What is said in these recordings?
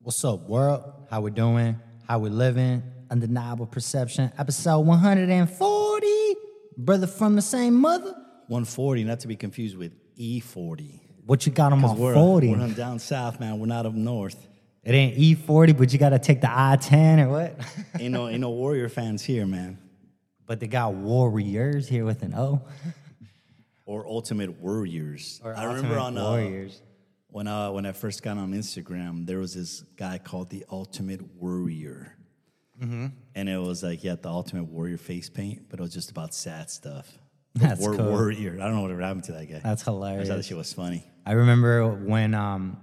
What's up, world? How we doing? How we living? Undeniable perception. Episode 140. Brother from the same mother. 140, not to be confused with E40. What you got on my 'Cause We're, 40? we're on down south, man. We're not up north. It ain't E40, but you gotta take the I-10 or what? Ain't no, ain't no Warrior fans here, man. but they got warriors here with an O. Or Ultimate Warriors. Or I remember ultimate on uh, warriors. when uh, when I first got on Instagram, there was this guy called the Ultimate Warrior, Mm-hmm. and it was like he had the Ultimate Warrior face paint, but it was just about sad stuff. That's War- cool. Warrior. I don't know what happened to that guy. That's I hilarious. thought that shit was funny. I remember when um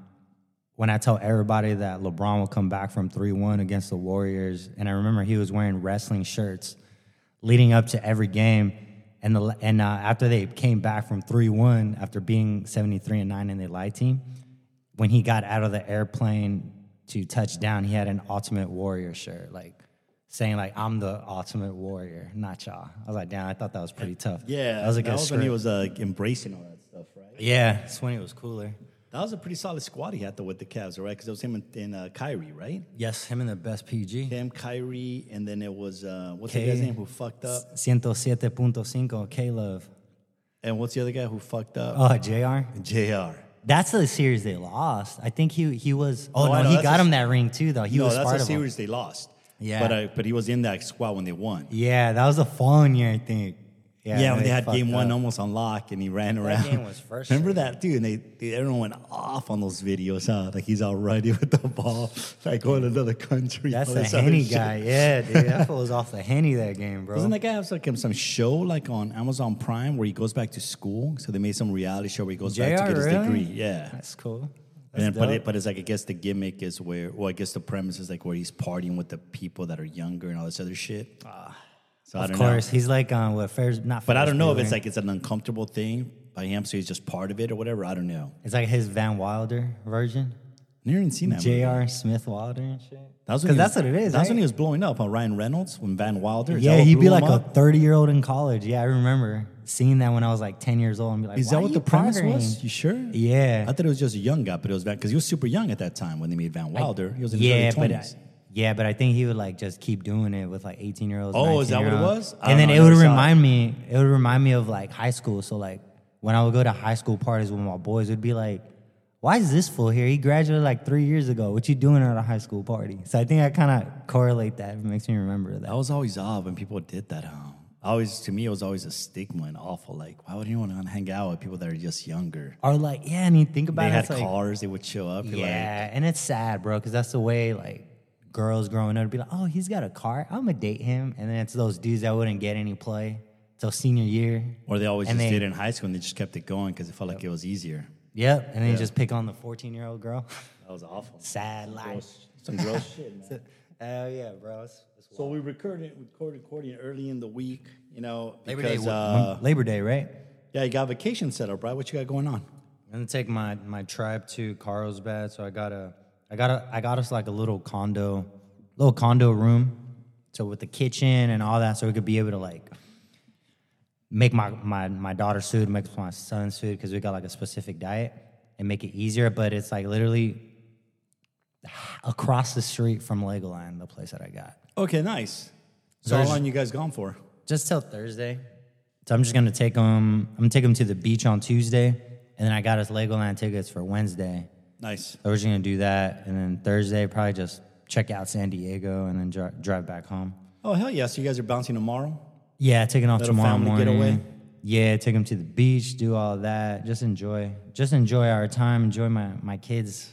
when I told everybody that LeBron would come back from 3-1 against the Warriors and I remember he was wearing wrestling shirts leading up to every game and the and uh, after they came back from 3-1 after being 73 and 9 in the light team when he got out of the airplane to touch down he had an ultimate warrior shirt like saying like I'm the ultimate warrior not y'all I was like damn I thought that was pretty tough Yeah, that was a good when he script. was uh, embracing all that stuff, right? yeah that's when it was cooler That was a pretty solid squad he had though with the Cavs, right? Because it was him and, and uh, Kyrie, right? Yes, him and the best PG. Him, Kyrie, and then it was uh, what's K. the guy's name who fucked up, 107.5 K Love. and what's the other guy who fucked up? Oh, JR. Jr. That's the series they lost. I think he he was. Oh, Oh, I no, know, he that's got a- him that ring too, though. He no, was that's part the of them. series they lost. Yeah. but uh, but he was in that squad when they won. Yeah, that was the following year, I think. Yeah, Yeah, when they had game fucked one up. almost on lock, and he ran around. game was first Remember seed. that dude? And they, they everyone went off on those videos, huh? Like he's all ready with the ball, like going to another country. That's all the this other Henny shit. guy. Yeah, dude. That fool was off the Henny that game, bro. Doesn't that guy have like um, some show like on Amazon Prime where he goes back to school? So they made some reality show where he goes back JR, to get his really? degree. Yeah. That's cool. and then, That's but, it, dope. but it's like I guess the gimmick is where, well, I guess the premise is like where he's partying with the people that are younger and all this other shit. so I Ah, of don't course, know. he's like um, what Ferris, not. But I Ferris don't know if Bueller. it's like it's an uncomfortable thing by him, so he's just part of it or whatever. I don't know. it's like his Van Wilder version. Never even seen that. movie. J.R. Smith Wilder and shit. That 'Cause was when he was- that's what it is, That's when right? he was blowing up on Ryan Reynolds when Van Wilder. is that Yeah, what he'd be blew him like a up? 30 year old in college. Yeah, I remember seeing that when I was like 10 years old and be like, Is "Why that are what you the premise partnering?" was? You sure? Yeah. I thought it was just a young guy, but it was Van because he was super young at that time when they made Van Wilder. He was in yeah, his early but 20s. I, yeah, but I think he would like just keep doing it with like 18 year olds. Oh, is that what it 19-year-olds. was? I And then don't it know, I would never saw it. remind me, it would remind me of like high school. So, like, when I would go to high school parties with my boys, it'd be like, why is this fool here? He graduated like three years ago. What you doing at a high school party? So I think I kind of correlate that. It makes me remember I that. was always odd when people did that. Huh? Always to me, it was always a stigma and awful. Like, why would anyone want to hang out with people that are just younger? Or like, yeah, and you think about They it, had it's like, cars. They would show up. You're like, Yeah, and it's sad, bro, because that's the way like girls growing up would be like, oh, he's got a car, I'm gonna date him, and then it's those dudes that wouldn't get any play till senior year. or they always And just they- did it in high school and they just kept it going because it felt like it was easier. Yep, and then you just pick on the 14 year old girl. That was awful. sad life. Some gross shit. Man. Hell yeah, bro. It's, it's So we recorded, recorded, recording early in the week. You know, Labor because Day, uh, Labor Day, right? yeah, you got vacation set up, right? What you got going on? I'm gonna take my my tribe to Carlsbad, so I got a I got a I got us like a little condo, little condo room, so with the kitchen and all that, so we could be able to like make my my my daughter's food, make my son's food, because we got like a specific diet and make it easier. But it's like literally across the street from Legoland, the place that I got, Okay, nice. So how There's- long you guys gone for? just till Thursday. So I'm just gonna take them. I'm gonna take them to the beach on Tuesday, and then I got us Legoland tickets for Wednesday. Nice. So we're just gonna do that, and then Thursday probably just check out San Diego, and then dri- drive back home. Oh hell yeah! So you guys are bouncing tomorrow? Yeah, taking off Little tomorrow family morning. getaway? Yeah, take them to the beach, do all that. Just enjoy, just enjoy our time. Enjoy my my kids'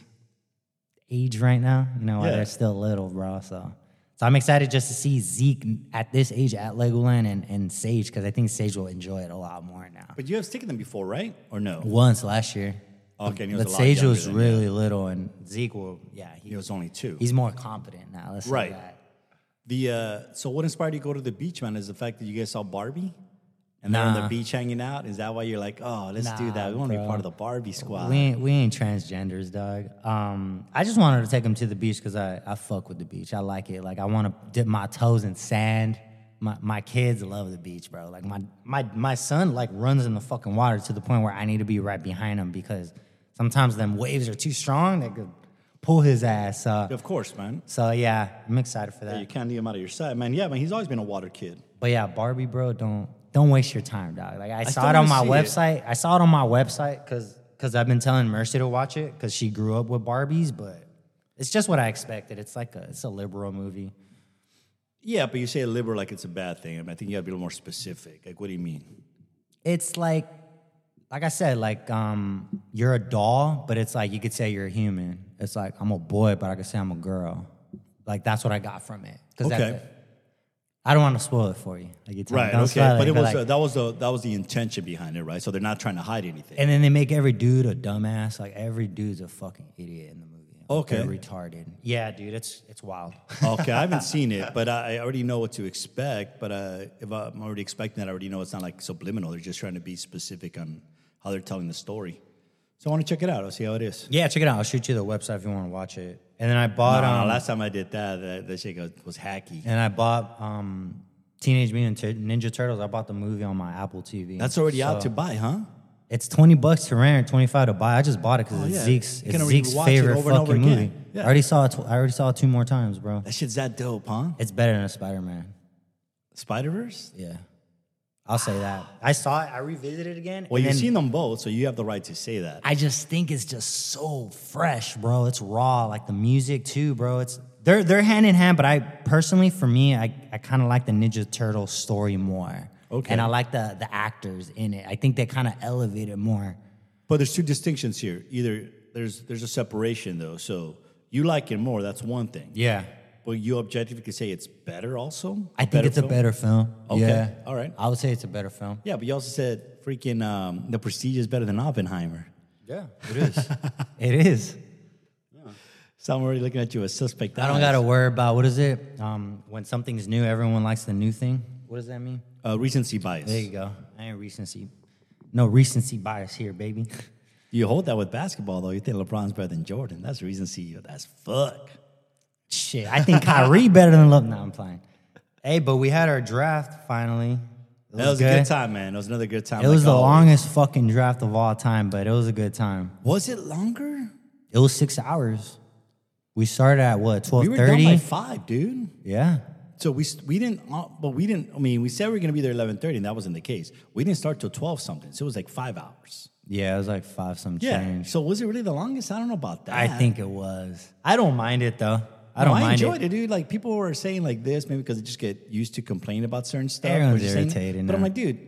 age right now. You know, while Yeah. they're still little, bro. So. So I'm excited just to see Zeke at this age at Legoland and, and Sage because I think Sage will enjoy it a lot more now. But you have taken them before, right? Or no? Once last year, Okay, and he was but a lot Sage younger was than- really little and Zeke will, yeah, he, He was only two. he's more confident now. Let's say Right. that. The uh, so what inspired you to go to the beach, man? Is the fact that you guys saw Barbie, and they're on the Nah. beach hanging out. Is that why you're like, oh, let's do Nah, that? We want to be bro. part of the Barbie squad. We ain't, we ain't transgenders, dog. Um, I just wanted to take him to the beach because I, I fuck with the beach. I like it. Like I want to dip my toes in sand. My my kids love the beach, bro. Like my my my son like runs in the fucking water to the point where I need to be right behind him because sometimes them waves are too strong. They could pull his ass up. Of course, man. So yeah, I'm excited for that. You can't leave him out of your sight, man. Yeah, man. He's always been a water kid. But yeah, Barbie, bro, don't don't waste your time, dog. Like I, still saw it wanna on my see it. website. I saw it on my website because because I've been telling Mercy to watch it because she grew up with Barbies, but it's just what I expected. It's like a it's a liberal movie. Yeah, but you say liberal like it's a bad thing. I, mean, I think you gotta be a little more specific. Like, what do you mean? It's like like I said, like um you're a doll, but it's like you could say you're a human. It's like I'm a boy, but I could say I'm a girl. Like that's what I got from it. 'Cause that's Okay. it. I don't want to spoil it for you. Like you tell me, Right. don't spoil Okay. But it was like- uh, that was the that was the intention behind it, right? So they're not trying to hide anything. And then they make every dude a dumbass. Like every dude's a fucking idiot in the movie. Like, they're Okay. retarded. Yeah, dude, it's it's wild. okay, I haven't seen it, but I I already know what to expect. But uh, if I'm already expecting that, I already know it's not like subliminal. They're just trying to be specific on how they're telling the story. So I want to check it out. I'll see how it is. yeah, check it out. I'll shoot you the website if you want to watch it. And then I bought Uh, um, last time I did that, that, that shit was, was hacky. and I bought um, Teenage Mutant Tur- Ninja Turtles. I bought the movie on my Apple TV. That's already So- out to buy, huh? It's twenty bucks to rent, twenty five to buy. I just bought it because Oh, it's yeah. Zeke's. You can It's already Zeke's watch it favorite over and over fucking again. movie. Yeah. I already saw it. Tw- I already saw it two more times, bro. That shit's that dope, huh? It's better than Spider Man. Spider Verse. Yeah, I'll say that. I saw it. I revisited it again. Well, and you've then- seen them both, so you have the right to say that. I just think it's just so fresh, bro. It's raw, like the music too, bro. It's they're they're hand in hand, but I personally, for me, I, I kind of like the Ninja Turtle story more. Okay. And I like the the actors in it. I think they kind of elevate it more. But there's two distinctions here. Either there's there's a separation though. So you like it more. That's one thing. Yeah. But you objectively could say it's better also. I think Better it's a film? better film. Okay. Yeah. All right. I would say it's a better film. Yeah, but you also said freaking um, the Prestige is better than Oppenheimer. Yeah, it is. it is. So I'm already looking at you as suspect. I don't got to worry about what is it? Um, when something's new, everyone likes the new thing. What does that mean? uh, recency bias. There you go. I ain't recency. No recency bias here, baby. You hold that with basketball though. You think LeBron's better than Jordan? That's recency. That's fuck. Shit, I think Kyrie better than Love. No, I'm playing. Hey, but we had our draft finally. It was, That was good. a good time, man. That was another good time. It like oh, was the always. longest fucking draft of all time, but it was a good time. Was it longer? It was six hours. We started at what twelve We were thirty? down by five, dude. yeah, So we s- we didn't, uh, but we didn't. I mean, we said we were gonna be there eleven thirty, and that wasn't the case. We didn't start till twelve something, so it was like five hours. yeah, it was like five some Yeah. change. So was it really the longest? I don't know about that. I think it was. I don't mind it though. I No, don't mind enjoyed it. dude. Like people were saying like this, maybe because they just get used to complaining about certain stuff. or Everyone's just saying- irritated But I'm now. like, dude,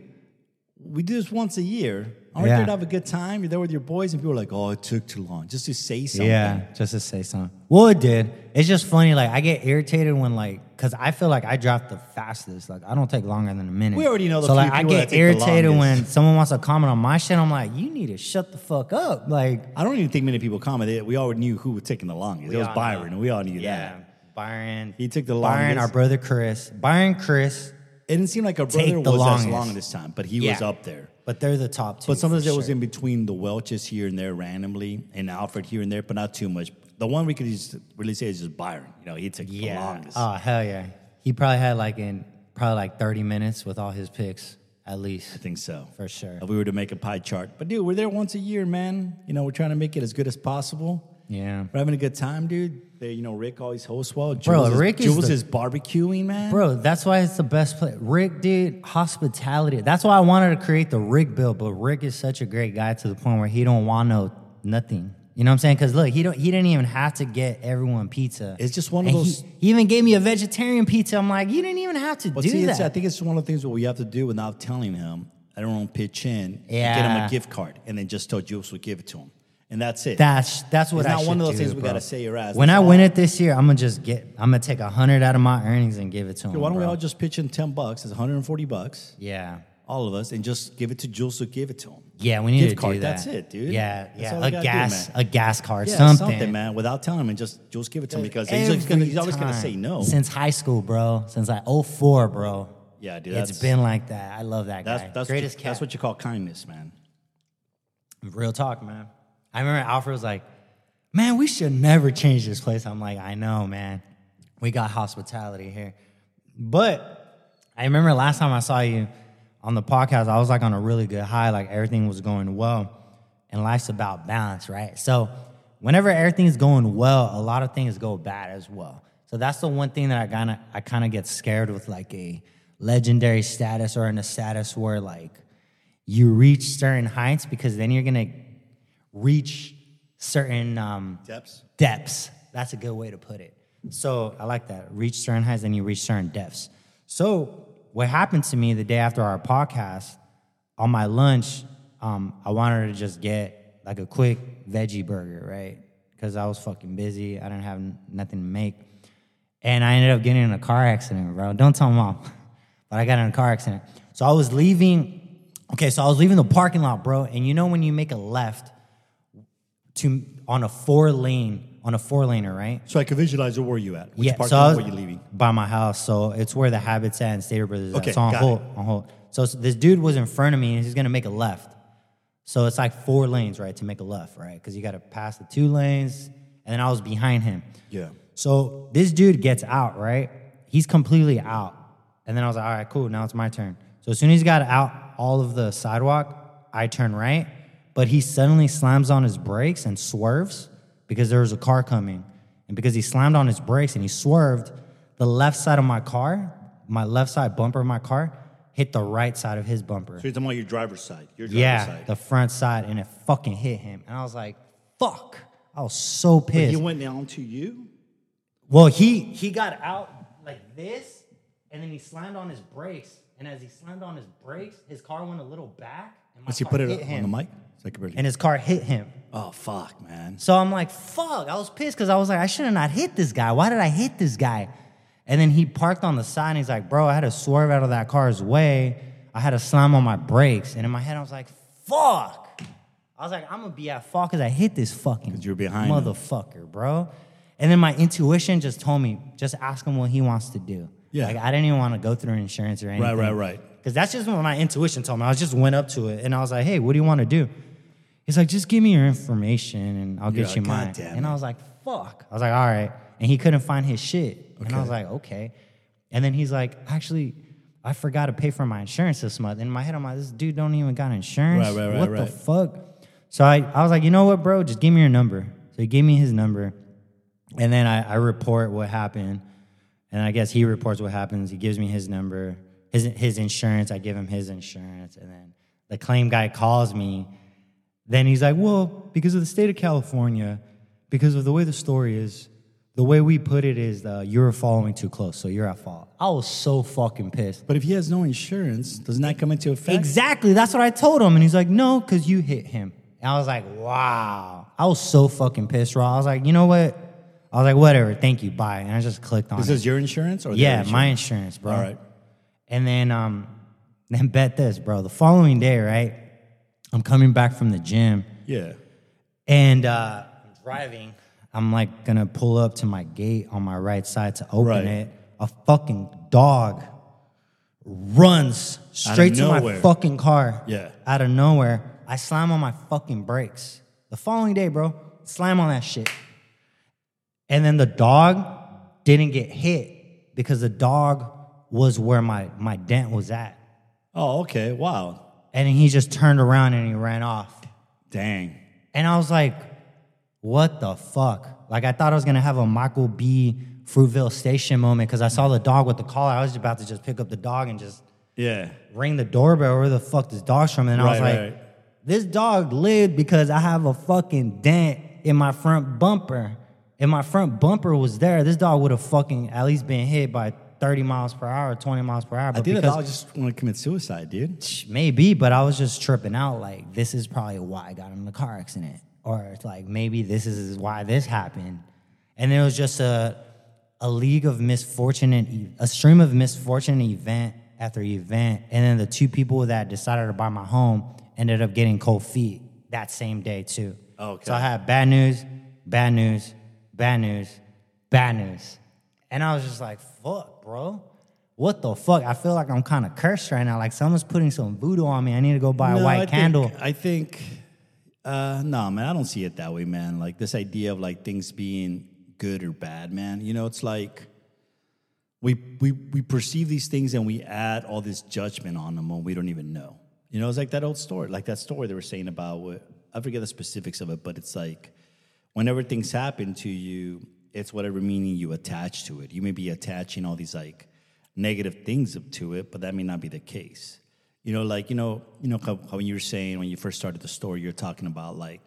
we do this once a year. Aren't Yeah. there to have a good time? You're there with your boys, and people are like, "Oh, it took too long," just to say something. Yeah, just to say something. Well, it did. It's just funny. Like I get irritated when like, cause I feel like I draft the fastest. Like I don't take longer than a minute. We already know the So few like I people get that take the irritated when longest. someone wants to comment on my shit. I'm like, you need to shut the fuck up. Like I don't even think many people commented. We all knew who was taking the longest. it was all know. Byron, and we all knew that. Byron. He took the Byron, longest. our brother Chris. Byron, Chris, It didn't seem like our Take brother the was longest. as long this time, but he was Yeah. up there. but they're the top two. But sometimes for it was sure. in between the Welches here and there randomly, and Alfred here and there, but not too much. The one we could just really say is just Byron. You know, he took the yeah. longest. Oh hell yeah. He probably had like in probably like 30 minutes with all his picks at least I think so. for sure. If we were to make a pie chart. But dude, we're there once a year, man. You know, we're trying to make it as good as possible. Yeah. We're having a good time, dude. They, you know, Rick always hosts well. Jules Bro, is, Rick is Jules the- is barbecuing, man. Bro, that's why it's the best place. Rick, dude, hospitality. That's why I wanted to create the Rick bill, but Rick is such a great guy to the point where he don't want no nothing. You know what I'm saying? Because look, he don't he didn't even have to get everyone pizza. It's just one of And those- He, he even gave me a vegetarian pizza. I'm like, you didn't even have to But do see, it's, I that. think it's one of the things that we have to do without telling him. I don't want to pitch in. and Get him Yeah. a gift card, and then just tell Jules we give it to him, and that's it. that's that's what It's I not one should of those do, things we bro. gotta say your ass. When That's I all. win it this year, I'm gonna just get. I'm gonna take a hundred out of my earnings and give it to him. Why don't we bro. all just pitch in ten bucks? It's one hundred and forty bucks, Yeah. all of us, and just give it to Jules to give it to him. Yeah, we need Gift to do card, that. that's it, dude. Yeah, That's all yeah, we a gotta do, gas, man. a gas card, Yeah, something. man, without telling him, and just Jules give it to him because he's, just gonna, Every he's always gonna time. say no. Since high school, bro. Since like 04, bro. Yeah, dude, It's that's been like that. I love that guy. that's that's Greatest what, cat. that's what you call kindness, man. Real talk, man. I remember Alfred was like, man, we should never change this place. I'm like, I know, man. We got hospitality here. But I remember last time I saw you on the podcast, I was like on a really good high, like everything was going well. And life's about balance, right? So whenever everything's going well, a lot of things go bad as well. So that's the one thing that I kind of I kind of get scared with like a legendary status or in a status where like you reach certain heights because then you're gonna reach certain um, Depths. depths. That's a good way to put it. So I like that. Reach certain heights, then you reach certain depths. So what happened to me the day after our podcast, on my lunch, um, I wanted to just get like a quick veggie burger, right? Because I was fucking busy. I didn't have n- nothing to make. And I ended up getting in a car accident, bro. Don't tell mom. But I got in a car accident. So I was leaving. Okay, so I was leaving the parking lot, bro. And you know when you make a left, to on a four lane on a four laner, right? So I can visualize where you at. Which yeah. parking so I lot was were you leaving? by my house, so it's where the Habits at and Stater Brothers. Okay, at. So on got hold, on hold. So s- this dude was in front of me, and he's gonna make a left. So it's like four lanes, right, to make a left, right? Because you gotta pass the two lanes, and then I was behind him. Yeah. So this dude gets out, right? He's completely out. And then I was like, all right, cool, now it's my turn. So as soon as he got out all of the sidewalk, I turn right, but he suddenly slams on his brakes and swerves because there was a car coming. And because he slammed on his brakes and he swerved, the left side of my car, my left side bumper of my car, hit the right side of his bumper. So you're talking about your driver's side. Your driver's yeah, side. the front side, and it fucking hit him. And I was like, fuck. I was so pissed. he went down to you. Well, he he got out like this, and then he slammed on his brakes. And as he slammed on his brakes, his car went a little back. And my Once you car put it hit up him, on the mic, so I can barely. and his car hit him. oh fuck, man. So I'm like, fuck. I was pissed because I was like, I should have not hit this guy. Why did I hit this guy? And then he parked on the side and he's like, bro, I had to swerve out of that car's way. I had to slam on my brakes. And in my head, I was like, fuck. I was like, I'm gonna be at fault because I hit this fucking you're behind him. motherfucker, bro. And then my intuition just told me, just ask him what he wants to do. Yeah. Like I didn't even want to go through insurance or anything. right, right. Because that's just what my intuition told me. I just went up to it and I was like, hey, what do you want to do? He's like, just give me your information and I'll You're get like, you "God mine. damn And I it. was like, fuck. I was like, all right. And he couldn't find his shit. And I Okay. was like, okay. And then he's like, actually, I forgot to pay for my insurance this month. In my head, I'm like, this dude don't even got insurance. Right, right, right, what right. the fuck? So I, I was like, you know what, bro? Just give me your number. So he gave me his number. And then I, I report what happened. And I guess he reports what happens. He gives me his number, his, his insurance. I give him his insurance. And then the claim guy calls me. Then he's like, well, because of the state of California, because of the way the story is, the way we put it is uh, you're following too close, so you're at fault. I was so fucking pissed. But if he has no insurance, doesn't that come into effect? Exactly. That's what I told him. And he's like, no, because you hit him. And I was like, wow. I was so fucking pissed, raw. I was like, you know what? I was like, whatever. Thank you. Bye. And I just clicked on This it. is your insurance or their yeah, insurance? my insurance, bro. All right. And then, um, then bet this, bro. The following day, right? I'm coming back from the gym Yeah. and uh, I'm driving. I'm like gonna pull up to my gate on my right side to open Right. it. A fucking dog runs straight to my nowhere. fucking car. Yeah. Out of nowhere, I slam on my fucking brakes. The following day, bro, slam on that shit. And then the dog didn't get hit because the dog was where my my dent was at. Oh, okay. Wow. And he just turned around and he ran off. Dang. And I was like, what the fuck? Like, I thought I was gonna have a Michael B. Fruitville Station moment because I saw the dog with the collar. I was about to just pick up the dog and just Yeah. ring the doorbell where the fuck this dog's from. And I was Right, like, right. this dog lived because I have a fucking dent in my front bumper. If my front bumper was there, this dog would have fucking at least been hit by 30 miles per hour, 20 miles per hour. But I think that because- I just want to commit suicide, dude. maybe, but I was just tripping out. Like, this is probably why I got in the car accident, or it's like maybe this is why this happened. And it was just a a league of misfortunate, e- a stream of misfortunate event after event. And then the two people that decided to buy my home ended up getting cold feet that same day too. Okay. So I had bad news, bad news, bad news, bad news. And I was just like, fuck, bro. What the fuck? I feel like I'm kind of cursed right now. Like someone's putting some voodoo on me. I need to go buy a No, white I think- candle. I think, uh, no, man, I don't see it that way, man. Like this idea of like things being good or bad, man. You know, it's like we we we perceive these things and we add all this judgment on them when we don't even know. You know, it's like that old story, like that story they were saying about what I forget the specifics of it, but it's like whenever things happen to you, it's whatever meaning you attach to it. You may be attaching all these like negative things up to it, but that may not be the case. You know, like you know, you know how, how when you were saying when you first started the story, you're talking about like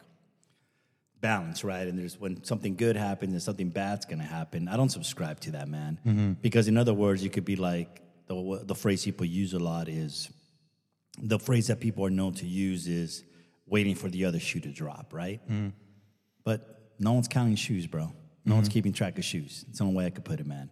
balance, right? And there's when something good happens and something bad's gonna happen. I don't subscribe to that, man, because in other words, you could be like the the phrase people use a lot is the phrase that people are known to use is waiting for the other shoe to drop, right? But no one's counting shoes, bro. No one's keeping track of shoes. It's the only way I could put it, man.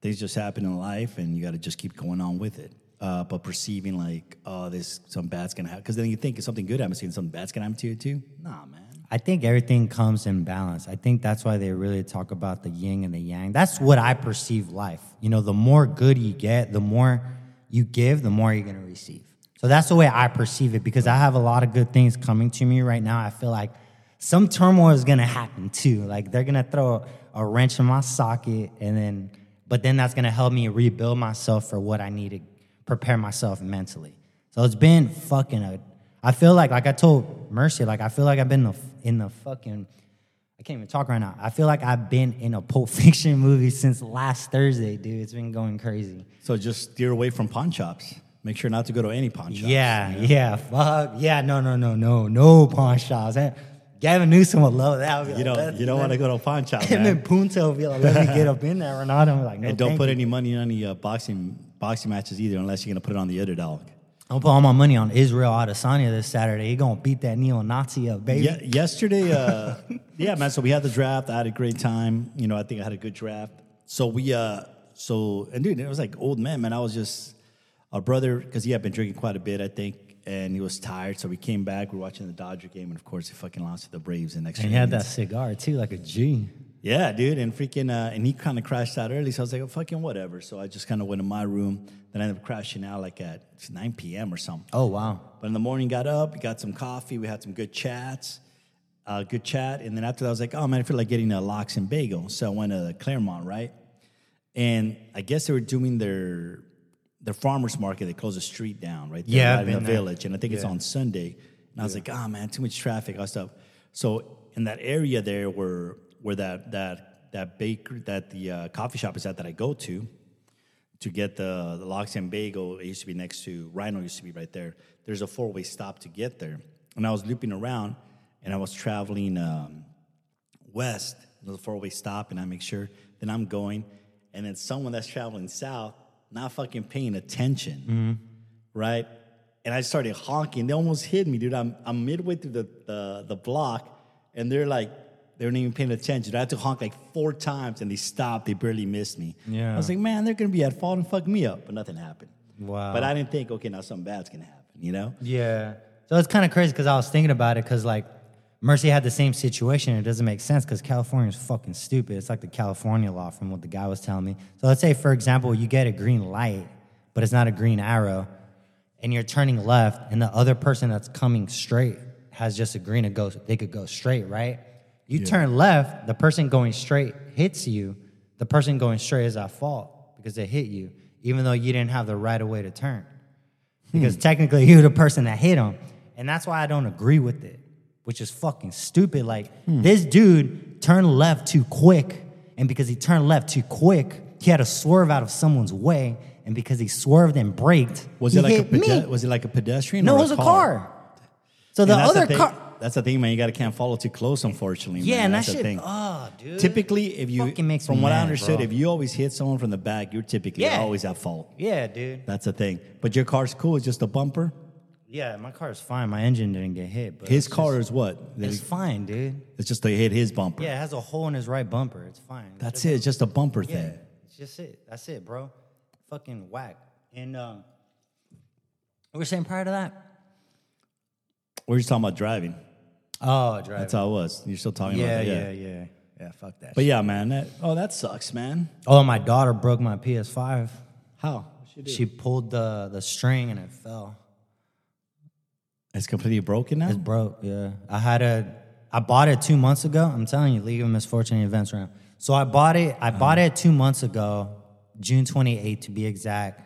Things just happen in life, and you got to just keep going on with it. Uh, but perceiving like, oh, this some bad's gonna happen, because then you think if something good happens to you, something bad's gonna happen to you too. Nah, man. I think everything comes in balance. I think that's why they really talk about the yin and the yang. That's what I perceive life. You know, the more good you get, the more you give, the more you're going to receive. So that's the way I perceive it because I have a lot of good things coming to me right now. I feel like some turmoil is going to happen too. Like they're going to throw a wrench in my socket and then but then that's going to help me rebuild myself for what I need to prepare myself mentally. So it's been fucking a. I feel like, like I told Mercy, like I feel like I've been in the, in the fucking. I can't even talk right now. I feel like I've been in a Pulp Fiction movie since last Thursday, dude. It's been going crazy. So just steer away from pawn shops. Make sure not to go to any pawn shops. Yeah, yeah, fuck. Yeah, no, no, no, no, no pawn shops. Eh, Gavin Newsom would love that. You don't. You don't want to go to a pawn shop, Him man. and Punta would be like, let me get up in there, Renato. I'm like, no, And don't thank put you. any money on any uh, boxing boxing matches either, unless you're gonna put it on the other dog. I'm put all my money on Israel Adesanya this Saturday. He gonna beat that neo-Nazi up, baby. Yeah, yesterday, uh, yeah, man. So we had the draft. I had a great time. You know, I think I had a good draft. So we, uh, so and dude, it was like old man, man. I was just our brother because he had been drinking quite a bit, I think, and he was tired. So we came back. We were watching the Dodger game, and of course, he fucking lost to the Braves in extra. And he had that innings. cigar too, like a G. Yeah, dude, and freaking, uh, and he kind of crashed out early. So I was like, oh, fucking whatever. So I just kind of went in my room. Then I ended up crashing out like at 9 p.m. or something. Oh wow. But in the morning, got up, we got some coffee, we had some good chats, uh, good chat. And then after that, I was like, oh man, I feel like getting a lox and bagel. So I went to Claremont, right? And I guess they were doing their their farmers market. They closed the street down, right? there, Yeah, I've right in the been there. village, and I think it's on Sunday. And I was like, oh man, too much traffic, all that stuff. So in that area there, where where that that that baker that the uh, coffee shop is at that I go to, to get the, the lox and bagel. It used to be next to Rhino. Used to be right there. There's a four way stop to get there. And I was looping around, and I was traveling um, west. There's a four way stop, and I make sure. Then I'm going, and then someone that's traveling south not fucking paying attention, right? And I started honking. They almost hit me, dude. I'm I'm midway through the the, the block, and they're like. They weren't even paying attention. I had to honk like four times and they stopped. They barely missed me. Yeah. I was like, like, man, they're gonna be at fault and fuck me up, but nothing happened. Wow. But I didn't think, okay, now something bad's gonna happen, you know? Yeah. So it's kind of crazy because I was thinking about it because like Mercy had the same situation. It doesn't make sense because California's fucking stupid. It's like the California law from what the guy was telling me. So let's say, for example, you get a green light, but it's not a green arrow, and you're turning left, and the other person that's coming straight has just a green to go. They could go straight, right? You turn left, the person going straight hits you. The person going straight is at fault because they hit you, even though you didn't have the right of way to turn because Hmm. technically you're the person that hit him. And that's why I don't agree with it, which is fucking stupid. Like, Hmm. this dude turned left too quick. And because he turned left too quick, he had to swerve out of someone's way. And because he swerved and braked, Was he it like a hit me. pede- was it like a pedestrian? no, or it was a car. So And the that's other thing- car. That's the thing, man. You gotta can't follow too close, unfortunately. Yeah, man. and that that's the shit. thing. Oh, dude. typically, if you Fucking makes me from what I mad, understood, bro. if you always hit someone from the back, you're typically Yeah. always at fault. Yeah, dude. That's the thing. But your car's cool. It's just a bumper. Yeah, my car is fine. My engine didn't get hit. But His it's car just- is what? It's fine, dude. It's just they hit his bumper. Yeah, it has a hole in his right bumper. It's fine. That's it. It's just a bumper Yeah, thing. it's just it. That's it, bro. Fucking whack. And um, we were saying prior to that. We're just talking about driving. Oh, driving. That's how it was. You're still talking yeah, about that. yeah, yeah, yeah, Fuck that. But shit. yeah, man. That, oh, that sucks, man. oh, my daughter broke my PS5. How? She pulled the the string and it fell. It's completely broken now. It's broke. Yeah, I had a. I bought it two months ago. I'm telling you, League of Misfortune Events round. So I bought it. I bought it two months ago, June 28th to be exact.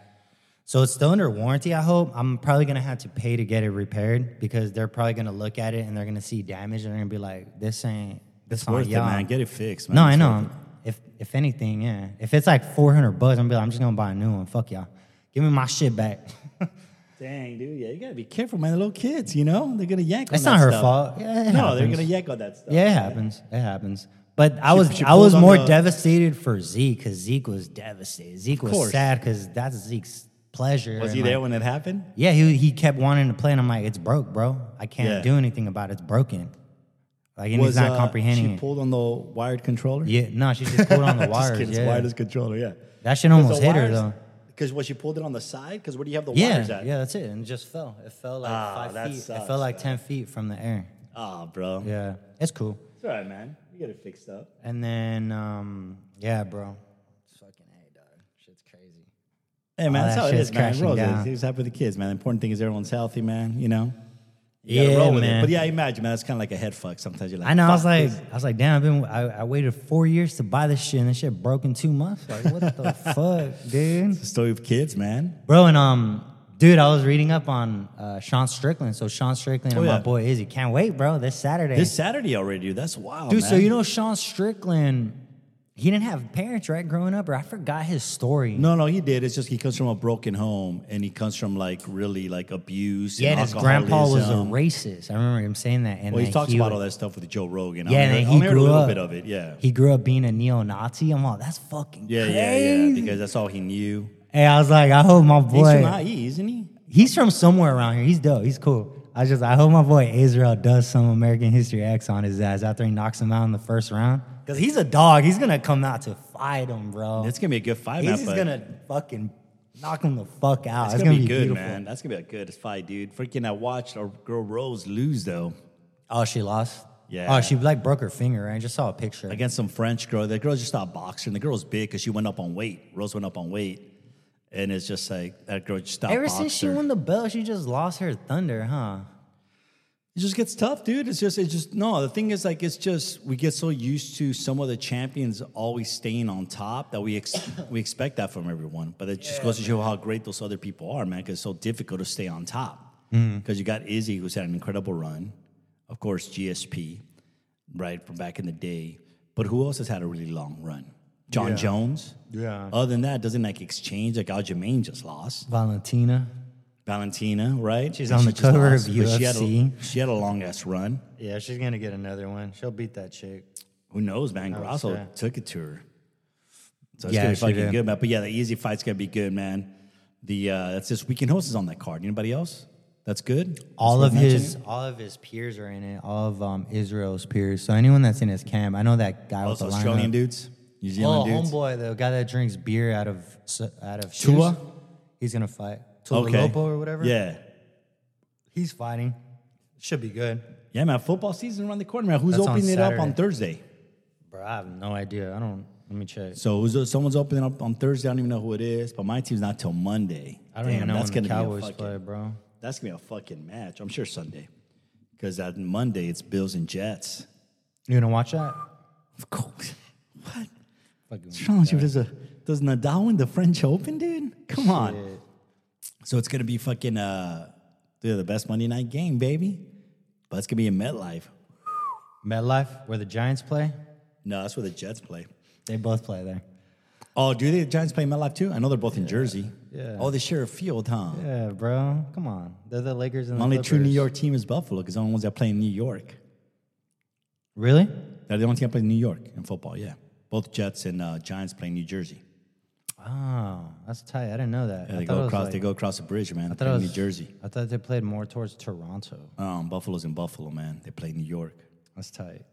So it's still under warranty. I hope I'm probably gonna have to pay to get it repaired because they're probably gonna look at it and they're gonna see damage and they're gonna be like, "This ain't." It's worth it, y'all. man. Get it fixed, man. No, I It's know. worth it. If if anything, yeah. If it's like four hundred bucks, I'm be like, I'm just gonna buy a new one. Fuck y'all. Give me my shit back. Dang, dude. Yeah, you gotta be careful, man. The little kids, you know, they're gonna yank. It's on not that her stuff. fault. Yeah, it no, they're happens. gonna yank on that stuff. Yeah, it happens. It happens. But I was she I was pulled on more the- devastated for Zeke because Zeke was devastated. Zeke was course. sad because that's Zeke's pleasure. Was and, he like, there when it happened? Yeah, he he kept wanting to play, and I'm like, it's broke, bro. I can't Yeah. do anything about it. It's broken. Like, and was he's not uh, comprehending She it. pulled on the wired controller. yeah, no, she just pulled on the Just wires. kidding, it's yeah. wireless controller. Yeah, That shit almost hit her though. Because what she pulled it on the side? Because where do you have the wires Yeah, at? yeah, that's it. And it just fell. It fell like Ah, five that feet. it sucks, fell like man. ten feet from the air. Oh, bro. Yeah, it's cool. It's all right, man. You get it fixed up. And then, um, yeah, bro. Fucking A, dog. Shit's crazy. Hey, All man, that's that how it shit's is, man. crashing Roll with it. down. It's happy with the kids, man. The important thing is everyone's healthy, man. You know. You gotta Yeah, roll with man. It. But yeah, imagine, man. That's kind of like a head fuck. Sometimes you're like, I know. I was "Fuck like, this." I was like, damn. I've been. I, I waited four years to buy this shit, and this shit broke in two months. Like, what the fuck, dude? the story of kids, man. Bro, and um, dude, I was reading up on uh, Sean Strickland. So Sean Strickland and Oh, my yeah. boy Izzy can't wait, bro. This Saturday, This Saturday already, dude. That's wild, dude. Man. So you know, Sean Strickland, he didn't have parents, right, growing up, or I forgot his story. No, no, he did. It's just he comes from a broken home, and he comes from like really like abuse. Yeah, and and his um, grandpa was a alcoholism. racist. I remember him saying that. And Well, he that talks about would- all that stuff with Joe Rogan. I Yeah, only and then he heard- I only heard grew a little up. bit of it. Yeah, He grew up being a neo-Nazi. I'm like, that's fucking yeah, crazy. yeah, yeah. Because that's all he knew. Hey, I was like, I hope my He's from boy. IE, isn't he? He's from somewhere around here. He's dope. He's cool. I just, I hope my boy Israel does some American History X on his ass after he knocks him out in the first round. Cause he's a dog. He's gonna come out to fight him, bro. It's gonna be a good fight, he's man. just but gonna fucking knock him the fuck out. It's It's, gonna, be, good, beautiful. man. That's gonna be a good fight, dude. Freaking, I watched our girl Rose lose though Oh, she lost. Yeah. Oh, she like broke her finger. Right? I just saw a picture. against some French girl. The girl's just not a boxer, and the girl's big because she went up on weight. Rose went up on weight, and it's just like that girl just stopped. Ever since she boxer. won the belt, she just lost her thunder, huh? It just gets tough, dude. It's just, it's just, no, the thing is, like, it's just, we get so used to some of the champions always staying on top that we ex- we expect that from everyone. But it just goes to show how great those other people are, man, because it's so difficult to stay on top. Mm. Because you got Izzy, who's had an incredible run. Of course, GSP, right, from back in the day. But who else has had a really long run? John Yeah. Jones. Yeah. Other than that, doesn't like exchange, like Aljamain just lost. Valentina. Valentina, right? She's on the cover of She had UFC. a, she had a long ass run. Yeah, she's gonna get another one. She'll beat that chick. Who knows, man? would Grasso say. took it to her. So it's Yeah, gonna be she fucking did. good, man. But yeah, the easy fight's gonna be good, man. The uh that's this weekend host is on that card. Anybody else? That's good. All That's of worth mentioning? his all of his peers are in it. All of um, Israel's peers. So anyone that's in his camp, I know that guy also with the Oh, Australian lineup. dudes, New Oh, Zealand dudes. homeboy, the guy that drinks beer out of s- out of shoes. Tua? He's gonna fight Tua Lopo or whatever. Yeah. he's fighting. Should be good, Yeah, man. Football season around the corner, man. Who's That's on opening it up on Saturday. Thursday? bro. I have no idea. I don't. Let me check. So who's, someone's opening up on Thursday. I don't even know who it is, but my team's not till Monday. I don't Damn, even know that's when the gonna be a Cowboys fucking- play, bro. That's gonna be a fucking match. I'm sure Sunday, because on Monday it's Bills and Jets. You gonna watch that? Of course. What? Fucking What's wrong with you? Does, a, does Nadal win the French Open, dude? Come on. shit. So it's going to be fucking uh, dude, the best Monday night game, baby. But it's going to be in MetLife. MetLife, where the Giants play. No, that's where the Jets play. They both play there. Oh, do they, the Giants play in MetLife too? I know they're both in Jersey. Yeah. Oh, they share a field, huh? Yeah, bro. Come on. They're the Lakers and The the only true New Clippers. York team is Buffalo because the only ones that play in New York. Really? They're the only team that play in New York in football, yeah. Both Jets and uh, Giants play in New Jersey. Oh, that's tight. I didn't know that. Yeah, I they, thought it go was across, like- they go across the bridge, man. They I thought play it in was- New Jersey. I thought they played more towards Toronto. Um, Buffalo's in Buffalo, man. They play New York. That's tight.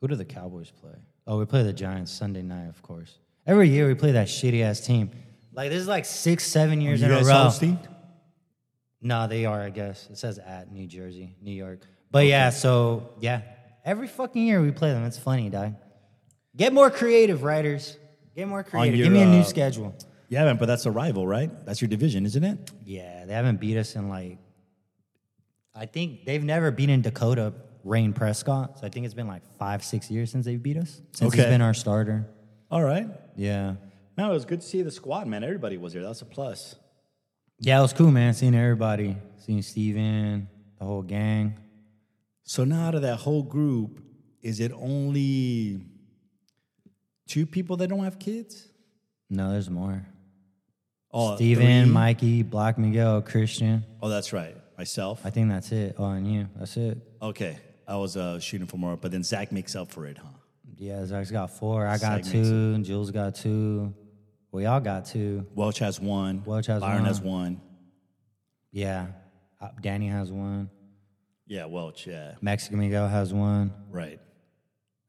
Who do the Cowboys play? Oh, we play the Giants Sunday night, of course. Every year we play that shitty ass team. Like this is like six, seven years Oh, in a row. No, they are, I guess. It says at New Jersey, New York. But yeah, so yeah. Every fucking year we play them. It's funny, dog. Get more creative, writers. Get more creative. your, Give me a uh, new schedule. Yeah, man, but that's a rival, right? That's your division, isn't it? Yeah, they haven't beat us in like I think they've never beaten Dakota Rain Prescott. So I think it's been like five, six years since they've beat us. Since he's Okay. been our starter. All right. Yeah. No, it was good to see the squad, man. Everybody was there. That's a plus. Yeah, it was cool, man. Seeing everybody. Seeing Steven, the whole gang. So now out of that whole group, is it only two people that don't have kids? No, there's more. Oh, Steven, three? Mikey, Black Miguel, Christian. Oh, that's right. Myself. I think that's it. Oh, and you. That's it. Okay, I was uh, shooting for more, but then Zach makes up for it, huh? Yeah, Zach's got four. I got Zach makes two. Jules got two. We all got two. Welch has one. Welch has Byron one. has one. Yeah. Uh, Danny has one. Yeah, Welch. Yeah, Mexican Miguel has one. right.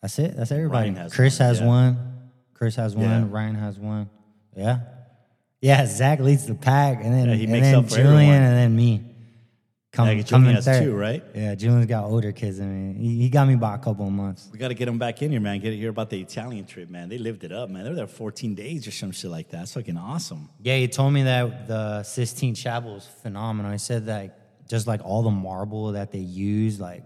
That's it. That's everybody. Ryan has Chris one, has yeah. one. Chris has one. Yeah. Ryan has one. Yeah. Yeah, Zach leads the pack, and then, Yeah, he and makes then up for Julian, everyone. and then me. Come, Yeah, come Julian in has third. two, right? Yeah, Julian's got older kids than me. He, he got me by a couple of months. We got to get them back in here, man. Get to hear about the Italian trip, man. They lived it up, man. They were there 14 days or some shit like that. It's fucking awesome. Yeah, he told me that the Sistine Chapel was phenomenal. He said that just like all the marble that they used, like,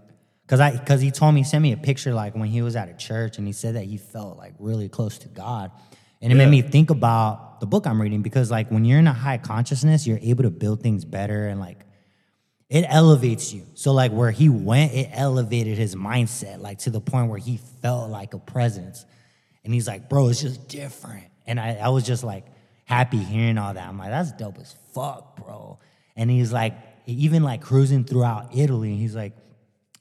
cause I, cause he told me, he sent me a picture like when he was at a church, and he said that he felt like really close to God, and it Yeah. made me think about the book I'm reading because like when you're in a high consciousness, you're able to build things better and like it elevates you. So like where he went, it elevated his mindset like to the point where he felt like a presence. And he's like, bro, it's just different. And I, I was just like happy hearing all that. I'm like, that's dope as fuck, bro. And he's like, even like cruising throughout Italy, he's like,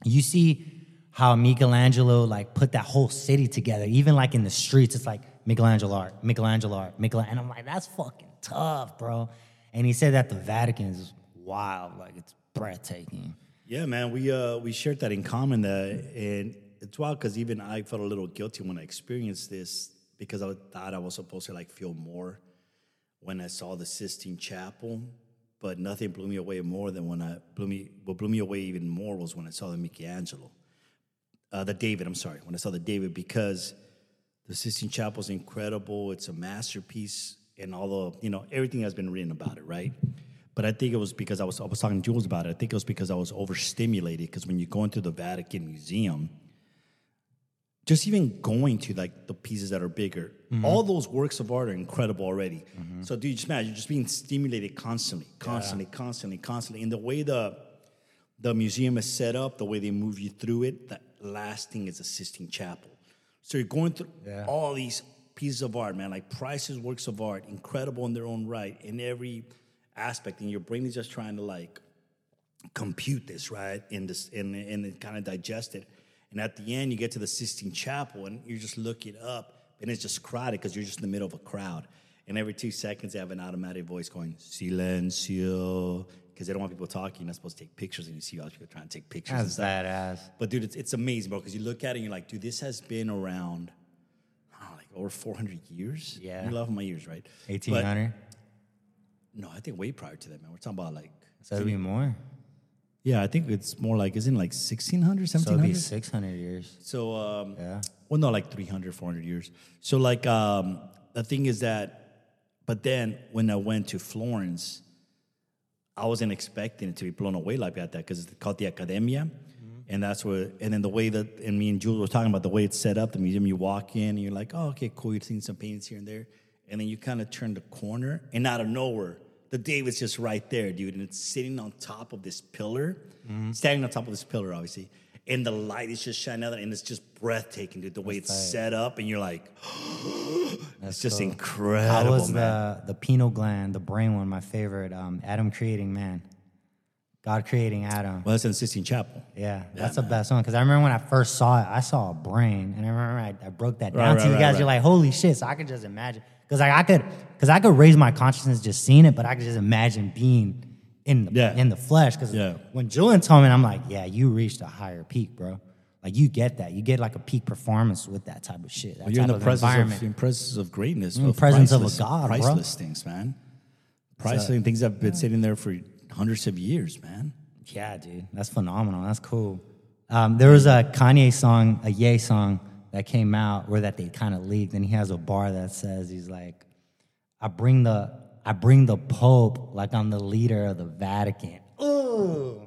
you see how Michelangelo like put that whole city together, even like in the streets, it's like Michelangelo art, Michelangelo art, Michelangelo. And I'm like, that's fucking tough, bro. And he said that the Vatican is wild, like it's breathtaking. Yeah, man. We uh we shared that in common that and it's wild because even I felt a little guilty when I experienced this because I thought I was supposed to like feel more when I saw the Sistine Chapel, but nothing blew me away more than when I blew me what blew me away even more was when I saw the Michelangelo. Uh, the David, I'm sorry, when I saw the David because the Sistine Chapel is incredible. It's a masterpiece, and all the you know everything has been written about it, right? But I think it was because I was I was talking to Jules about it. I think it was because I was overstimulated. Because when you go into the Vatican Museum, just even going to like the pieces that are bigger, all those works of art are incredible already. So, dude, just imagine you're just being stimulated constantly, constantly, constantly, constantly. And the way the the museum is set up, the way they move you through it, the last thing is a Sistine Chapel. So you're going through Yeah. all these pieces of art, man, like Price's works of art, incredible in their own right, in every aspect, and your brain is just trying to like compute this, right? And this and and kind of digest it. And at the end, you get to the Sistine Chapel, and you're just looking up, and it's just crowded because you're just in the middle of a crowd. And every two seconds, they have an automatic voice going "silencio" because they don't want people talking. You're not supposed to take pictures, and you see all these people trying to take pictures. and That's stuff. badass. But dude, it's, it's amazing, bro. Because you look at it, and you're like, dude, this has been around I don't know, like over 400 years. Yeah. you love my years, right? But- 1800. no, I think way prior to that, man. We're talking about like. So it'd be more. Yeah, I think it's more like, isn't it like 1600, So it'd 1700? be 600 years. So, um, Yeah. well, no, like 300, 400 years. So, like, um, the thing is that, but then when I went to Florence, I wasn't expecting it to be blown away like that because it's called the Academia. Mm-hmm. And that's where, and then the way that, and me and Jules were talking about the way it's set up, the museum, you walk in and you're like, oh, okay, cool, you've seen some paintings here and there. And then you kind of turn the corner and out of nowhere, the David's just right there, dude. And it's sitting on top of this pillar, Mm-hmm. standing on top of this pillar, obviously. And the light is just shining out and it's just breathtaking, dude. The way it's set up and you're like, it's just cool. incredible, How was man. the the pineal gland, the brain one, my favorite. Um, Adam creating man, God creating Adam. Well, that's in Sistine Chapel. Yeah, that's the best one because I remember when I first saw it, I saw a brain, and I remember I, I broke that Right, down right, to you right, guys. right. You're like, holy shit! So I could just imagine because like I could because I could raise my consciousness just seeing it, but I could just imagine being in the Yeah. in the flesh. Because Yeah. when Julian told me, I'm like, yeah, you reached a higher peak, bro. Like you get that, you get like a peak performance with that type of shit. That You're type in the of presence environment. of, in presence of greatness, the of presence of a priceless- god, bro. priceless things, man. Priceless things that have been sitting there for hundreds of years, man. Yeah, dude, that's phenomenal. That's cool. Um, there was a Kanye song, a Ye song that came out where that they kind of leaked, and he has a bar that says he's like, "I bring the I bring the Pope like I'm the leader of the Vatican." Ooh.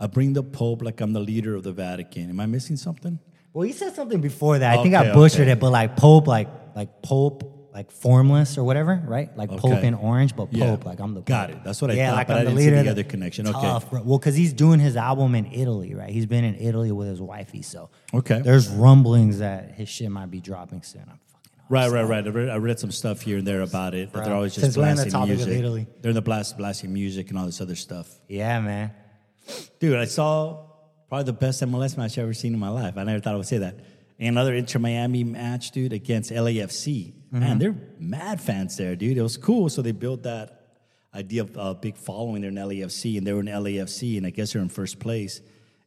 I bring the Pope like I'm the leader of the Vatican. Am I missing something? Well, he said something before that. I think Okay, I butchered okay. it, but like Pope, like like Pope, like formless or whatever, right? Like Pope Okay. and Orange, but Pope, Yeah. like I'm the Pope. Got it. That's what I yeah, thought, like but I'm I the didn't see leader. the other connection. Okay. Tough, bro. Well, because he's doing his album in Italy, right? He's been in Italy with his wife, so Okay. There's rumblings that his shit might be dropping soon. I'm fucking. Right, right, right. I read, I read some stuff here and there about it, but they're Bro, always just since we're on the blasting topic of music. Italy. They're in the blast, blasting music and all this other stuff. Yeah, man. Dude, I saw probably the best MLS match I've ever seen in my life. I never thought I would say that. Another Inter Miami match, dude, against LAFC. Man, they're mad fans there, dude. It was cool. So they built that idea of a big following there in LAFC, and they were in LAFC, and I guess they're in first place.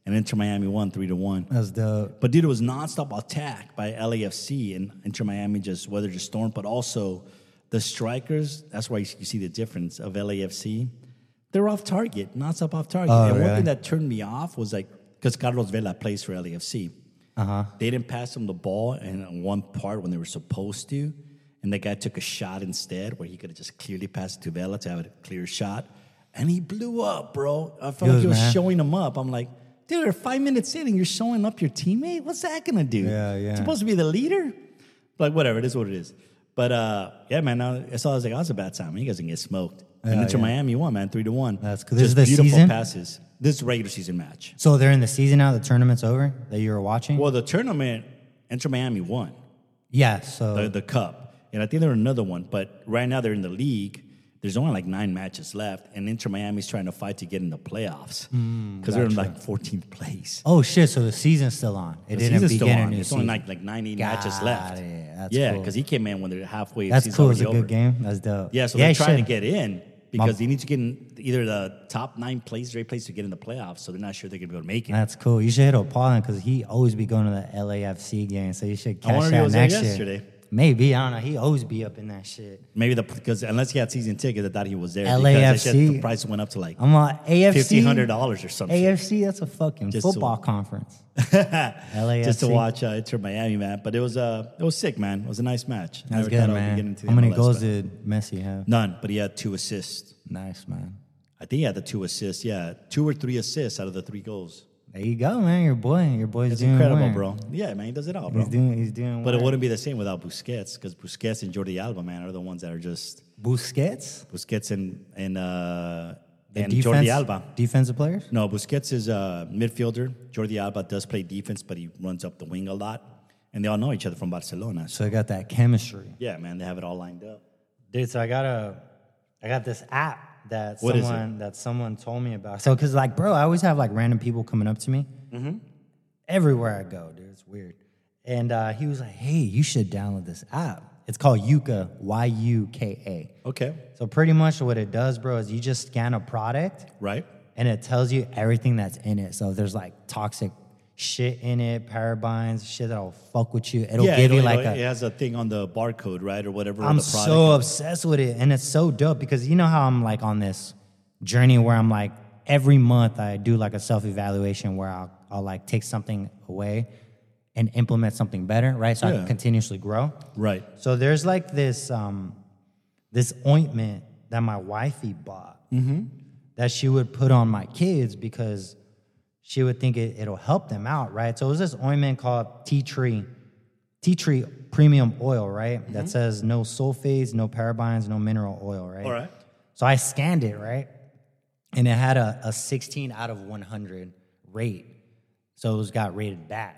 And Inter Miami won three to one. That's dope. But dude, it was nonstop attack by LAFC and Inter Miami just weathered the storm. But also the strikers, that's why you see the difference of LAFC. They're off target, nonstop off target. Oh, and one really? thing that turned me off was like because Carlos Vela plays for LAFC. Uh-huh. They didn't pass him the ball in one part when they were supposed to. And the guy took a shot instead where he could have just clearly passed it to Vela to have a clear shot. And he blew up, bro. I felt He like he was was mad. showing him up. I'm like, dude, they're five minutes in and you're showing up your teammate? What's that gonna do? Yeah, yeah. Supposed to be the leader? Like, whatever, it is what it is. But uh, yeah, man, I, I saw I was like, oh, it's a bad time. You guys can get smoked. and Yeah, Inter yeah. Miami won, man, three to one. That's cool. This Just is the beautiful season? passes. This is regular season match. So they're in the season now. The tournament's over that you were watching. Well, the tournament, Inter Miami won yeah. So the, the cup. And I think they're another one, but right now they're in the league. There's only like nine matches left, and Inter Miami's trying to fight to get in the playoffs because Mm, they're in like 14th place. oh shit. So the season's still on. It The didn't season's begin still a on. new It's season. only like like 90 matches Got left. it. That's yeah, cool. because he came in when they're halfway. That's season's cool. It's a already good over. game. That's dope. Yeah, so they're it trying to should. get in because they need to get in either the top nine places or eight places to get in the playoffs. So they're not sure they're gonna be able to make it. That's cool. You should hit O'Paulin because he always be going to the LAFC game. So you should I wonder catch if he that was there next year. yesterday. Maybe I don't know. He always be up in that shit. Maybe the because unless he had season tickets, I thought he was there. because they said LAFC. the price went up to like I'm like AFC. fifteen hundred dollars or something. AFC. That's a fucking Just to- football conference. LAFC. just to watch uh, Inter Miami, man. But it was uh, it was sick, man. It was a nice match. That's Never good, thought I would be getting man. into the How many MLS, goals but- did Messi have? None, but he had two assists. Nice, man. I think he had the two assists. Yeah, two or three assists out of the three goals. There you go, man. Your boy. Your boy's It's doing incredible, work. bro. Yeah, man, he does it all, bro. He's doing. He's doing. but it work. wouldn't be the same without Busquets because Busquets and Jordi Alba, man, are the ones that are just Busquets. Busquets and and uh, The and defense- Jordi Alba. Defensive players. No, Busquets is a midfielder. Jordi Alba does play defense, but he runs up the wing a lot, and they all know each other from Barcelona. So So I got that chemistry. yeah, man, they have it all lined up. dude so i got a i got this app that What is it? someone that someone told me about so because like bro i always have like random people coming up to me Mm-hmm. everywhere i go dude it's weird and uh, he was like hey you should download this app it's called yuka y-u-k-a Okay, so pretty much what it does bro is you just scan a product right? and it tells you everything that's in it. So if there's like toxic shit in it, parabines, shit that'll fuck with you. It'll give it'll- you like it'll- a it has a thing on the barcode, right, or whatever. on I'm the product. so obsessed with it, and it's so dope because you know how I'm like on this journey where I'm like every month I do like a self evaluation where I'll, I'll like take something away and implement something better, right? So I Yeah. can continuously grow. right. So there's like this um, this ointment that my wifey bought that she would put on my kids because she would think it, it'll help them out, right? So it was this ointment called tea tree, tea tree premium oil, right? That says no sulfates, no parabens, no mineral oil, right? All right. So I scanned it, right? And it had a, a 16 out of 100 rate. So it was got rated bad.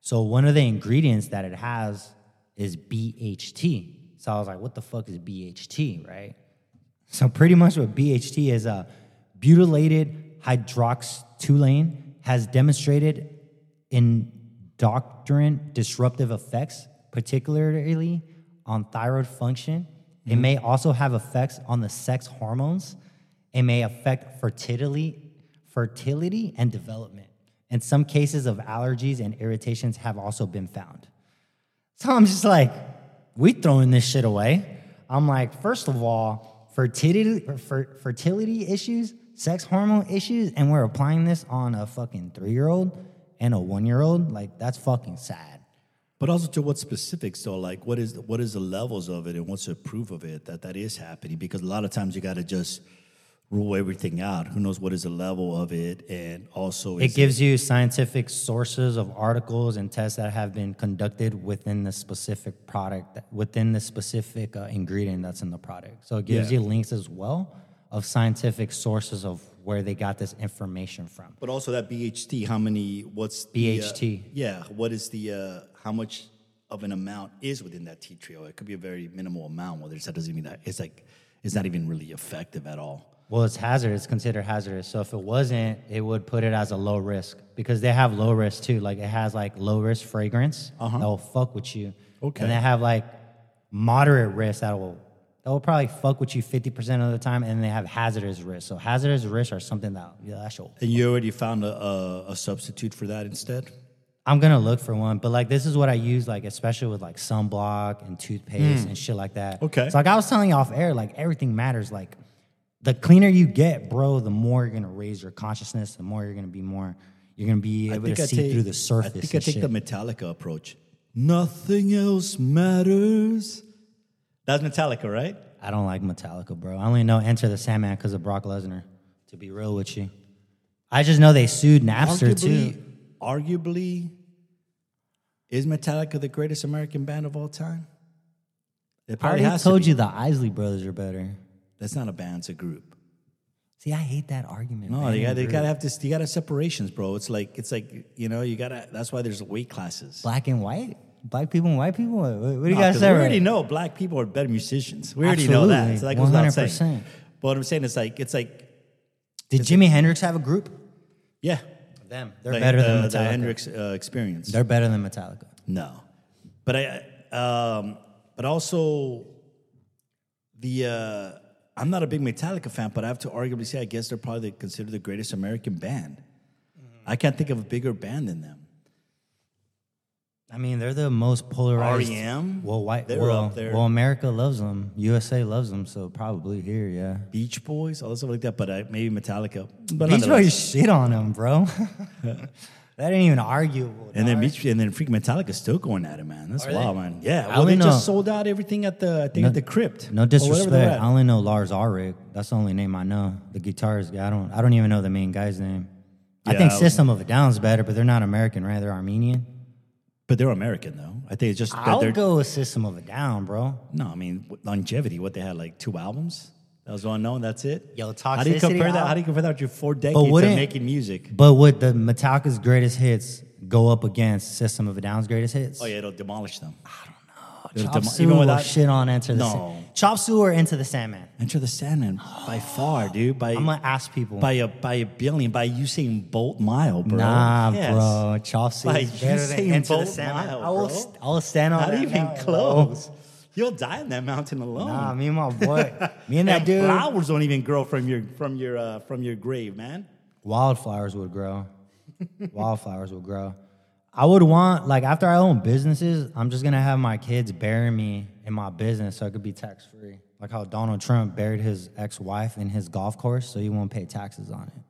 So one of the ingredients that it has is BHT. So I was like, what the fuck is BHT, right? So pretty much what BHT is uh, a butylated hydroxylane has demonstrated endocrine disruptive effects, particularly on thyroid function. It may also have effects on the sex hormones. It may affect fertility, fertility and development. And some cases of allergies and irritations have also been found. So I'm just like, we throwing this shit away. I'm like, first of all, fertility fer, fertility issues, sex hormone issues, and we're applying this on a fucking three year old and a one year old. Like that's fucking sad. But also to what specifics? So, like, what is what is the levels of it, and what's the proof of it that that is happening? Because a lot of times you got to just rule everything out. Who knows what is the level of it, and also It is gives you scientific sources of articles and tests that have been conducted within the specific product, within the specific uh, ingredient that's in the product. So it gives Yeah. you links as well of scientific sources of where they got this information from. But also that BHT, how many? What's the, uh, BHT. yeah, what is the uh, how much of an amount is within that tea tree oil? It could be a very minimal amount. Whether it's that doesn't mean that it's like it's not even really effective at all. Well, it's hazardous, it's considered hazardous. So if it wasn't, it would put it as a low risk because they have low risk too. Like it has like low risk fragrance that will fuck with you. Okay. And they have like moderate risk that will that will probably fuck with you 50% of the time. And they have hazardous risk. So hazardous risks are something that, yeah, that shit will And you already found a, a, a substitute for that instead. I'm gonna look for one, but like this is what I use, like especially with like sunblock and toothpaste and shit like that. Hmm. Okay. So like I was telling you off air, like everything matters. Like the cleaner you get, bro, the more you're gonna raise your consciousness, the more you're gonna be more, you're gonna be able to see through the surface. I think I and take shit. the Metallica approach. Nothing else matters. That's Metallica, right? I don't like Metallica, bro. I only know Enter the Sandman because of Brock Lesnar. To be real with you, I just know they sued Napster arguably, too. arguably, is Metallica the greatest American band of all time? It I probably already has to told be. you the Isley Brothers are better. That's not a band; it's a group. See, I hate that argument. No, man. you got to gotta have this. You got to separations, bro. It's like it's like you know you gotta. That's why there's weight classes. black and white, black people and white people. What, what do you No, guys 'cause say? we already know black people are better musicians. We already know that. Absolutely, So that goes without saying. 100%. But what I'm saying is like it's like Did Jimi Hendrix have a group? yeah, Them. They're like better the, than the Metallica. Hendrix uh, experience. They're better than Metallica. No, but I, um, but also the uh, I'm not a big Metallica fan, but I have to arguably say I guess they're probably considered the greatest American band. I can't think of a bigger band than them. I mean, they're the most polarized. R.E.M.? Well, white. They were well, E up there. well, America loves them. USA loves them. So probably here, yeah. Beach Boys, all that stuff like that, but I, maybe Metallica. But Beach nonetheless. Boys shit on them, bro. that ain't even arguable. And dog. then Beach, and then freak Metallica's still going at it, man. That's Are wild, they? man. Yeah, I well, they only just know- sold out everything at the I think at the crypt. No or whatever they're disrespect. at. I only know Lars Ulrich. That's the only name I know. The guitarist guy. I don't. I don't even know the main guy's name. I Yeah, think I was- System of a Down's better, but they're not American, right? They're Armenian. But they're American though. I think it's just that I'll they're go with System of a Down, bro. No, I mean with longevity. What they had like two albums. That was unknown. That's it. Yo, How do you Toxicity compare that? album- How do you compare that with your four decades of wouldn't- making music? But would the Metallica's greatest hits go up against System of a Down's greatest hits? Oh yeah, it'll demolish them. It'll Chop demo- Suey even will without- shit on Enter the No. Sandman. Chop Suey or Into the Sandman. Enter the Sandman by far, dude. By I'm gonna ask people. by a by a billion. By Usain Bolt mile, bro. nah, Yes. bro. Chop Suey Like, is better than Usain Into the Bolt Sandman. mile, I will. bro. st- I will stand on Not that even mountain, bro. close. You'll die in that mountain alone. Nah, me and my boy, me and that dude. flowers don't even grow from your from your uh, from your grave, man. wildflowers would grow. wildflowers would grow. I would want like after I own businesses, I'm just gonna have my kids bury me in my business so I could be tax free. Like how Donald Trump buried his ex wife in his golf course, so he won't pay taxes on it.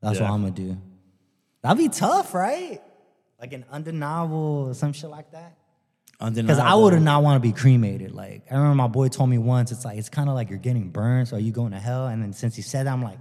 That's Yeah. what I'm gonna do. That'd be tough, right? Like an undeniable or some shit like that. Because I would have not want to be cremated. Like I remember my boy told me once, it's like it's kind of like you're getting burned, so are you going to hell? And then since he said that, I'm like,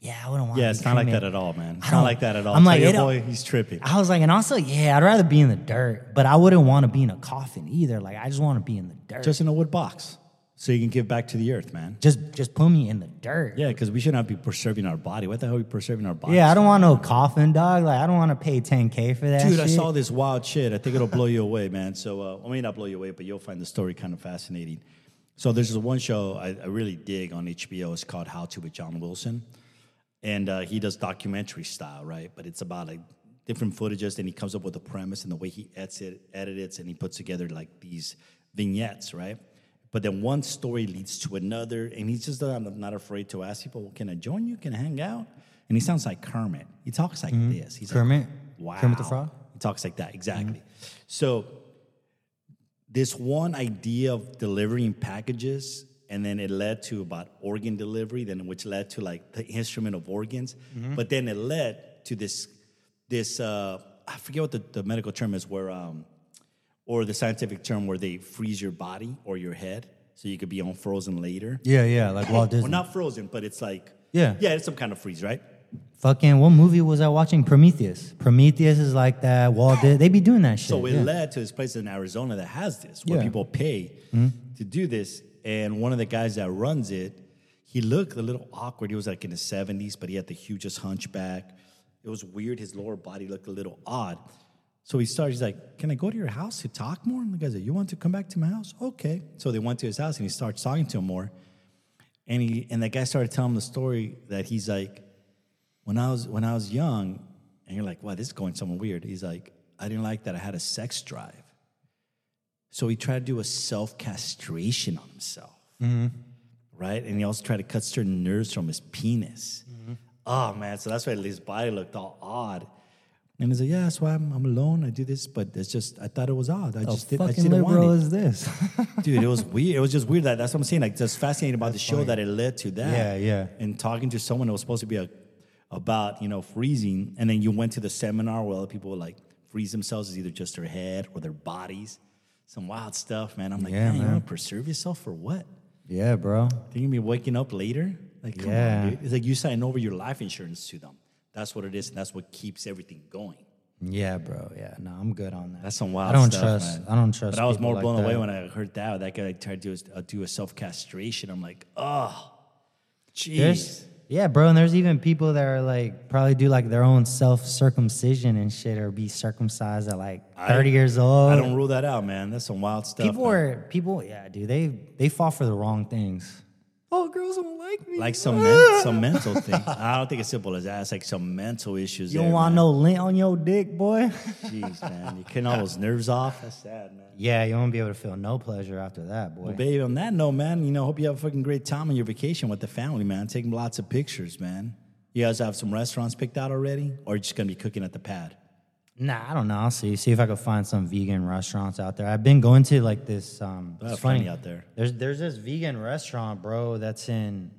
yeah, I wouldn't want. Yeah, to it's be not like cremated. that at all, man. It's I not don't- like that at all. I'm So like, your it don't- boy, he's tripping. I was like, and also, yeah, I'd rather be in the dirt, but I wouldn't want to be in a coffin either. Like, I just want to be in the dirt. Just, Just in a wood box, so you can give back to the earth, man. just, put me in the dirt. Yeah, because we should not be preserving our body. What the hell are we preserving our body? Yeah, I don't want no coffin, dog. Like, I don't want to pay 10k for that. Dude, shit. I saw this wild shit. I think it'll blow you away, man. So, uh, I mean, not blow you away, but you'll find the story kind of fascinating. So, there's this one show I, I really dig on HBO. It's called How to with John Wilson, and uh, he does documentary style, right? But it's about like different footages, and he comes up with a premise and the way he edits it, edits, and he puts together like these vignettes, right? But then one story leads to another, and he's just uh, not afraid to ask people, "Can I join you? Can I hang out?" And he sounds like Kermit. He talks like this. He's like, Mm-hmm. Kermit? Wow. Kermit the Frog? Mm-hmm. He talks like that, exactly. So this one idea of delivering packages and then it led to about organ delivery then which led to like the instrument of organs Mm-hmm. but then it led to this this uh, i forget what the, the medical term is where um, or the scientific term where they freeze your body or your head so you could be unfrozen later yeah, yeah, like Walt Disney. well, not frozen, but it's like Yeah. Yeah, it's some kind of freeze, right? Fucking what movie was I watching? Prometheus. Prometheus is like that. Walt did. They be doing that shit. So it yeah. led to this place in Arizona that has this, where Yeah. Mm-hmm. people pay to do this. And one of the guys that runs it, he looked a little awkward. He was like in his 70s, but he had the hugest hunchback. It was weird. His lower body looked a little odd. So he started, he's like, Can I go to your house to talk more? And the guy said, You want to come back to my house? Okay. So they went to his house and he starts talking to him more. And he and that guy started telling him the story that he's like, when I was when I was young, and you're like, wow, this is going somewhere weird. He's like, I didn't like that I had a sex drive. So he tried to do a self castration on himself, right? And he also tried to cut certain nerves from his penis. Oh man, so that's why his body looked all odd. And he's like, yeah, that's why I'm, I'm alone. I do this, but it's just I thought it was odd. I How just did, I just fucking didn't want liberal it is this? dude it was weird it was just weird that that's what i'm saying like just fascinating about the show that it led to that Yeah, yeah. and talking to someone that was supposed to be a, about you know freezing and then you went to the seminar where other people would like freeze themselves is either just their head or their bodies some wild stuff man i'm like Yeah, man, you man. want to preserve yourself for what yeah, bro. think you're gonna be waking up later like come Yeah. on dude it's like you sign over your life insurance to them that's what it is and that's what keeps everything going Yeah, bro. Yeah. No, I'm good on that. that's some wild I don't stuff, trust. man. I don't trust. But I was people more like blown that. away when I heard that. That guy tried to do a, uh, do a self castration. I'm like, oh, There's, jeez. yeah, bro, and there's even people that are like probably do like their own self circumcision and shit, or be circumcised at like I- 30 years old. I don't rule that out, man. That's some wild stuff. people man. are people. Yeah, dude, they they fall for the wrong things. Oh, girls don't like me. like some men, some mental thing. I don't think it's simple as that. It's like some mental issues. you there, don't want man. no lint on your dick, boy. Jeez, man, you're cutting all those nerves off. That's sad, man. yeah, you won't be able to feel no pleasure after that, boy. Well, babe, on that note, man, you know, hope you have a fucking great time on your vacation with the family, man. Taking lots of pictures, man. You guys have some restaurants picked out already, or you just gonna be cooking at the pad? Nah, I don't know. I'll see see if I could find some vegan restaurants out there. I've been going to like this. Um, That's it's funny funny out there. There's there's this vegan restaurant, bro, that's in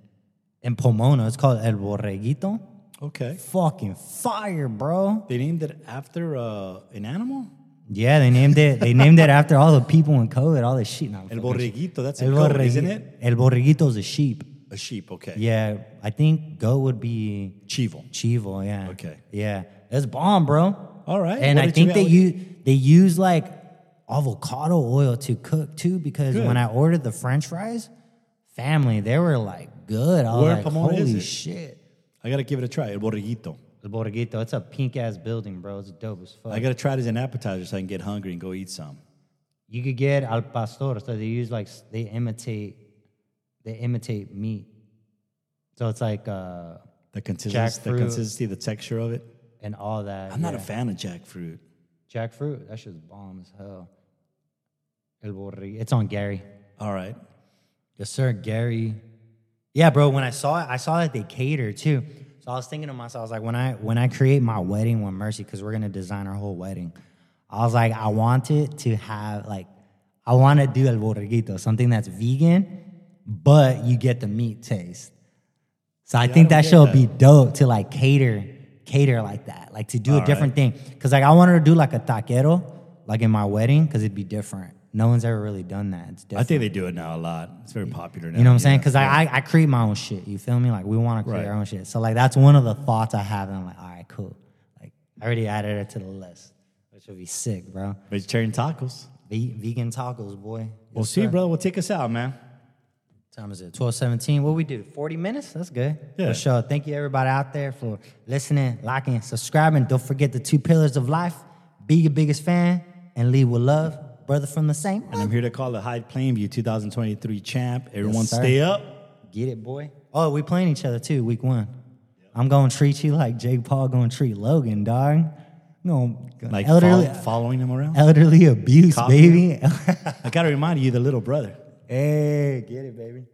in Pomona. It's called El Borreguito. Okay. Fucking fire, bro. They named it after uh, an animal? Yeah, they named it. They named it after all the people in COVID, all this shit. Nah, I'm El fucking- borreguito, that's a El goat, borregui- isn't it? El borreguito's a sheep. A sheep, okay. Yeah, I think goat would be Chivo. chivo. Yeah. Okay. Yeah, that's bomb, bro. All right. And I What did you think they have? use they use like avocado oil to cook too because Good. when I ordered the French fries, family they were like good. I was Where in like, Pomona holy is it? shit! I gotta give it a try. El borreguito. The Borreguito, it's a pink ass building, bro. It's dope as fuck. I gotta try it as an appetizer so I can get hungry and go eat some. you could get al pastor, so they use like s- they imitate they imitate meat. So it's like uh The consistency, the Jackfruit. consistency, the texture of it. and all that. I'm not yeah. a fan of jackfruit. jackfruit. That shit's bomb as hell. El Borreguito. It's on Gary. All right. Yes, sir, Gary. Yeah, bro. When I saw it, I saw that they cater too. So I was thinking to myself, I was like, when I when I create my wedding with Mercy, because we're gonna design our whole wedding, I was like, I want it to have like, I want to do el borreguito, something that's vegan, but you get the meat taste. So I think don't that get should that. be dope to like cater, cater like that, like to do a different thing. Cause like I wanted to do like a taquero, like in my wedding, cause it'd be different. No one's ever really done that. It's different. I think they do it now a lot. It's very popular now. You know what I'm saying? yeah. Because I, I I create my own shit. You feel me? Like we want to create Right. our own shit. So like that's one of the thoughts I have. And I'm like, all right, cool. Like I already added it to the list, which would be sick, bro. Vegetarian tacos. Ve- vegan tacos, boy. We'll see, brother. We'll take us out, man. Time is it? Twelve seventeen. What we do? Forty minutes. That's good. For Yeah. sure. Thank you everybody out there for listening, liking, subscribing. Don't forget the two pillars of life: be your biggest fan and lead with love, brother from the same. And I'm here to call the Hyde Plainview 2023 champ. Everyone sir. stay up. Get it, boy. Oh, we playing each other too, week one. I'm gonna treat you like Jake Paul gonna treat Logan, dog. No, Like elderly, fol- following them around. elderly abuse, Copy. baby. I gotta remind you, the little brother. hey, get it, baby.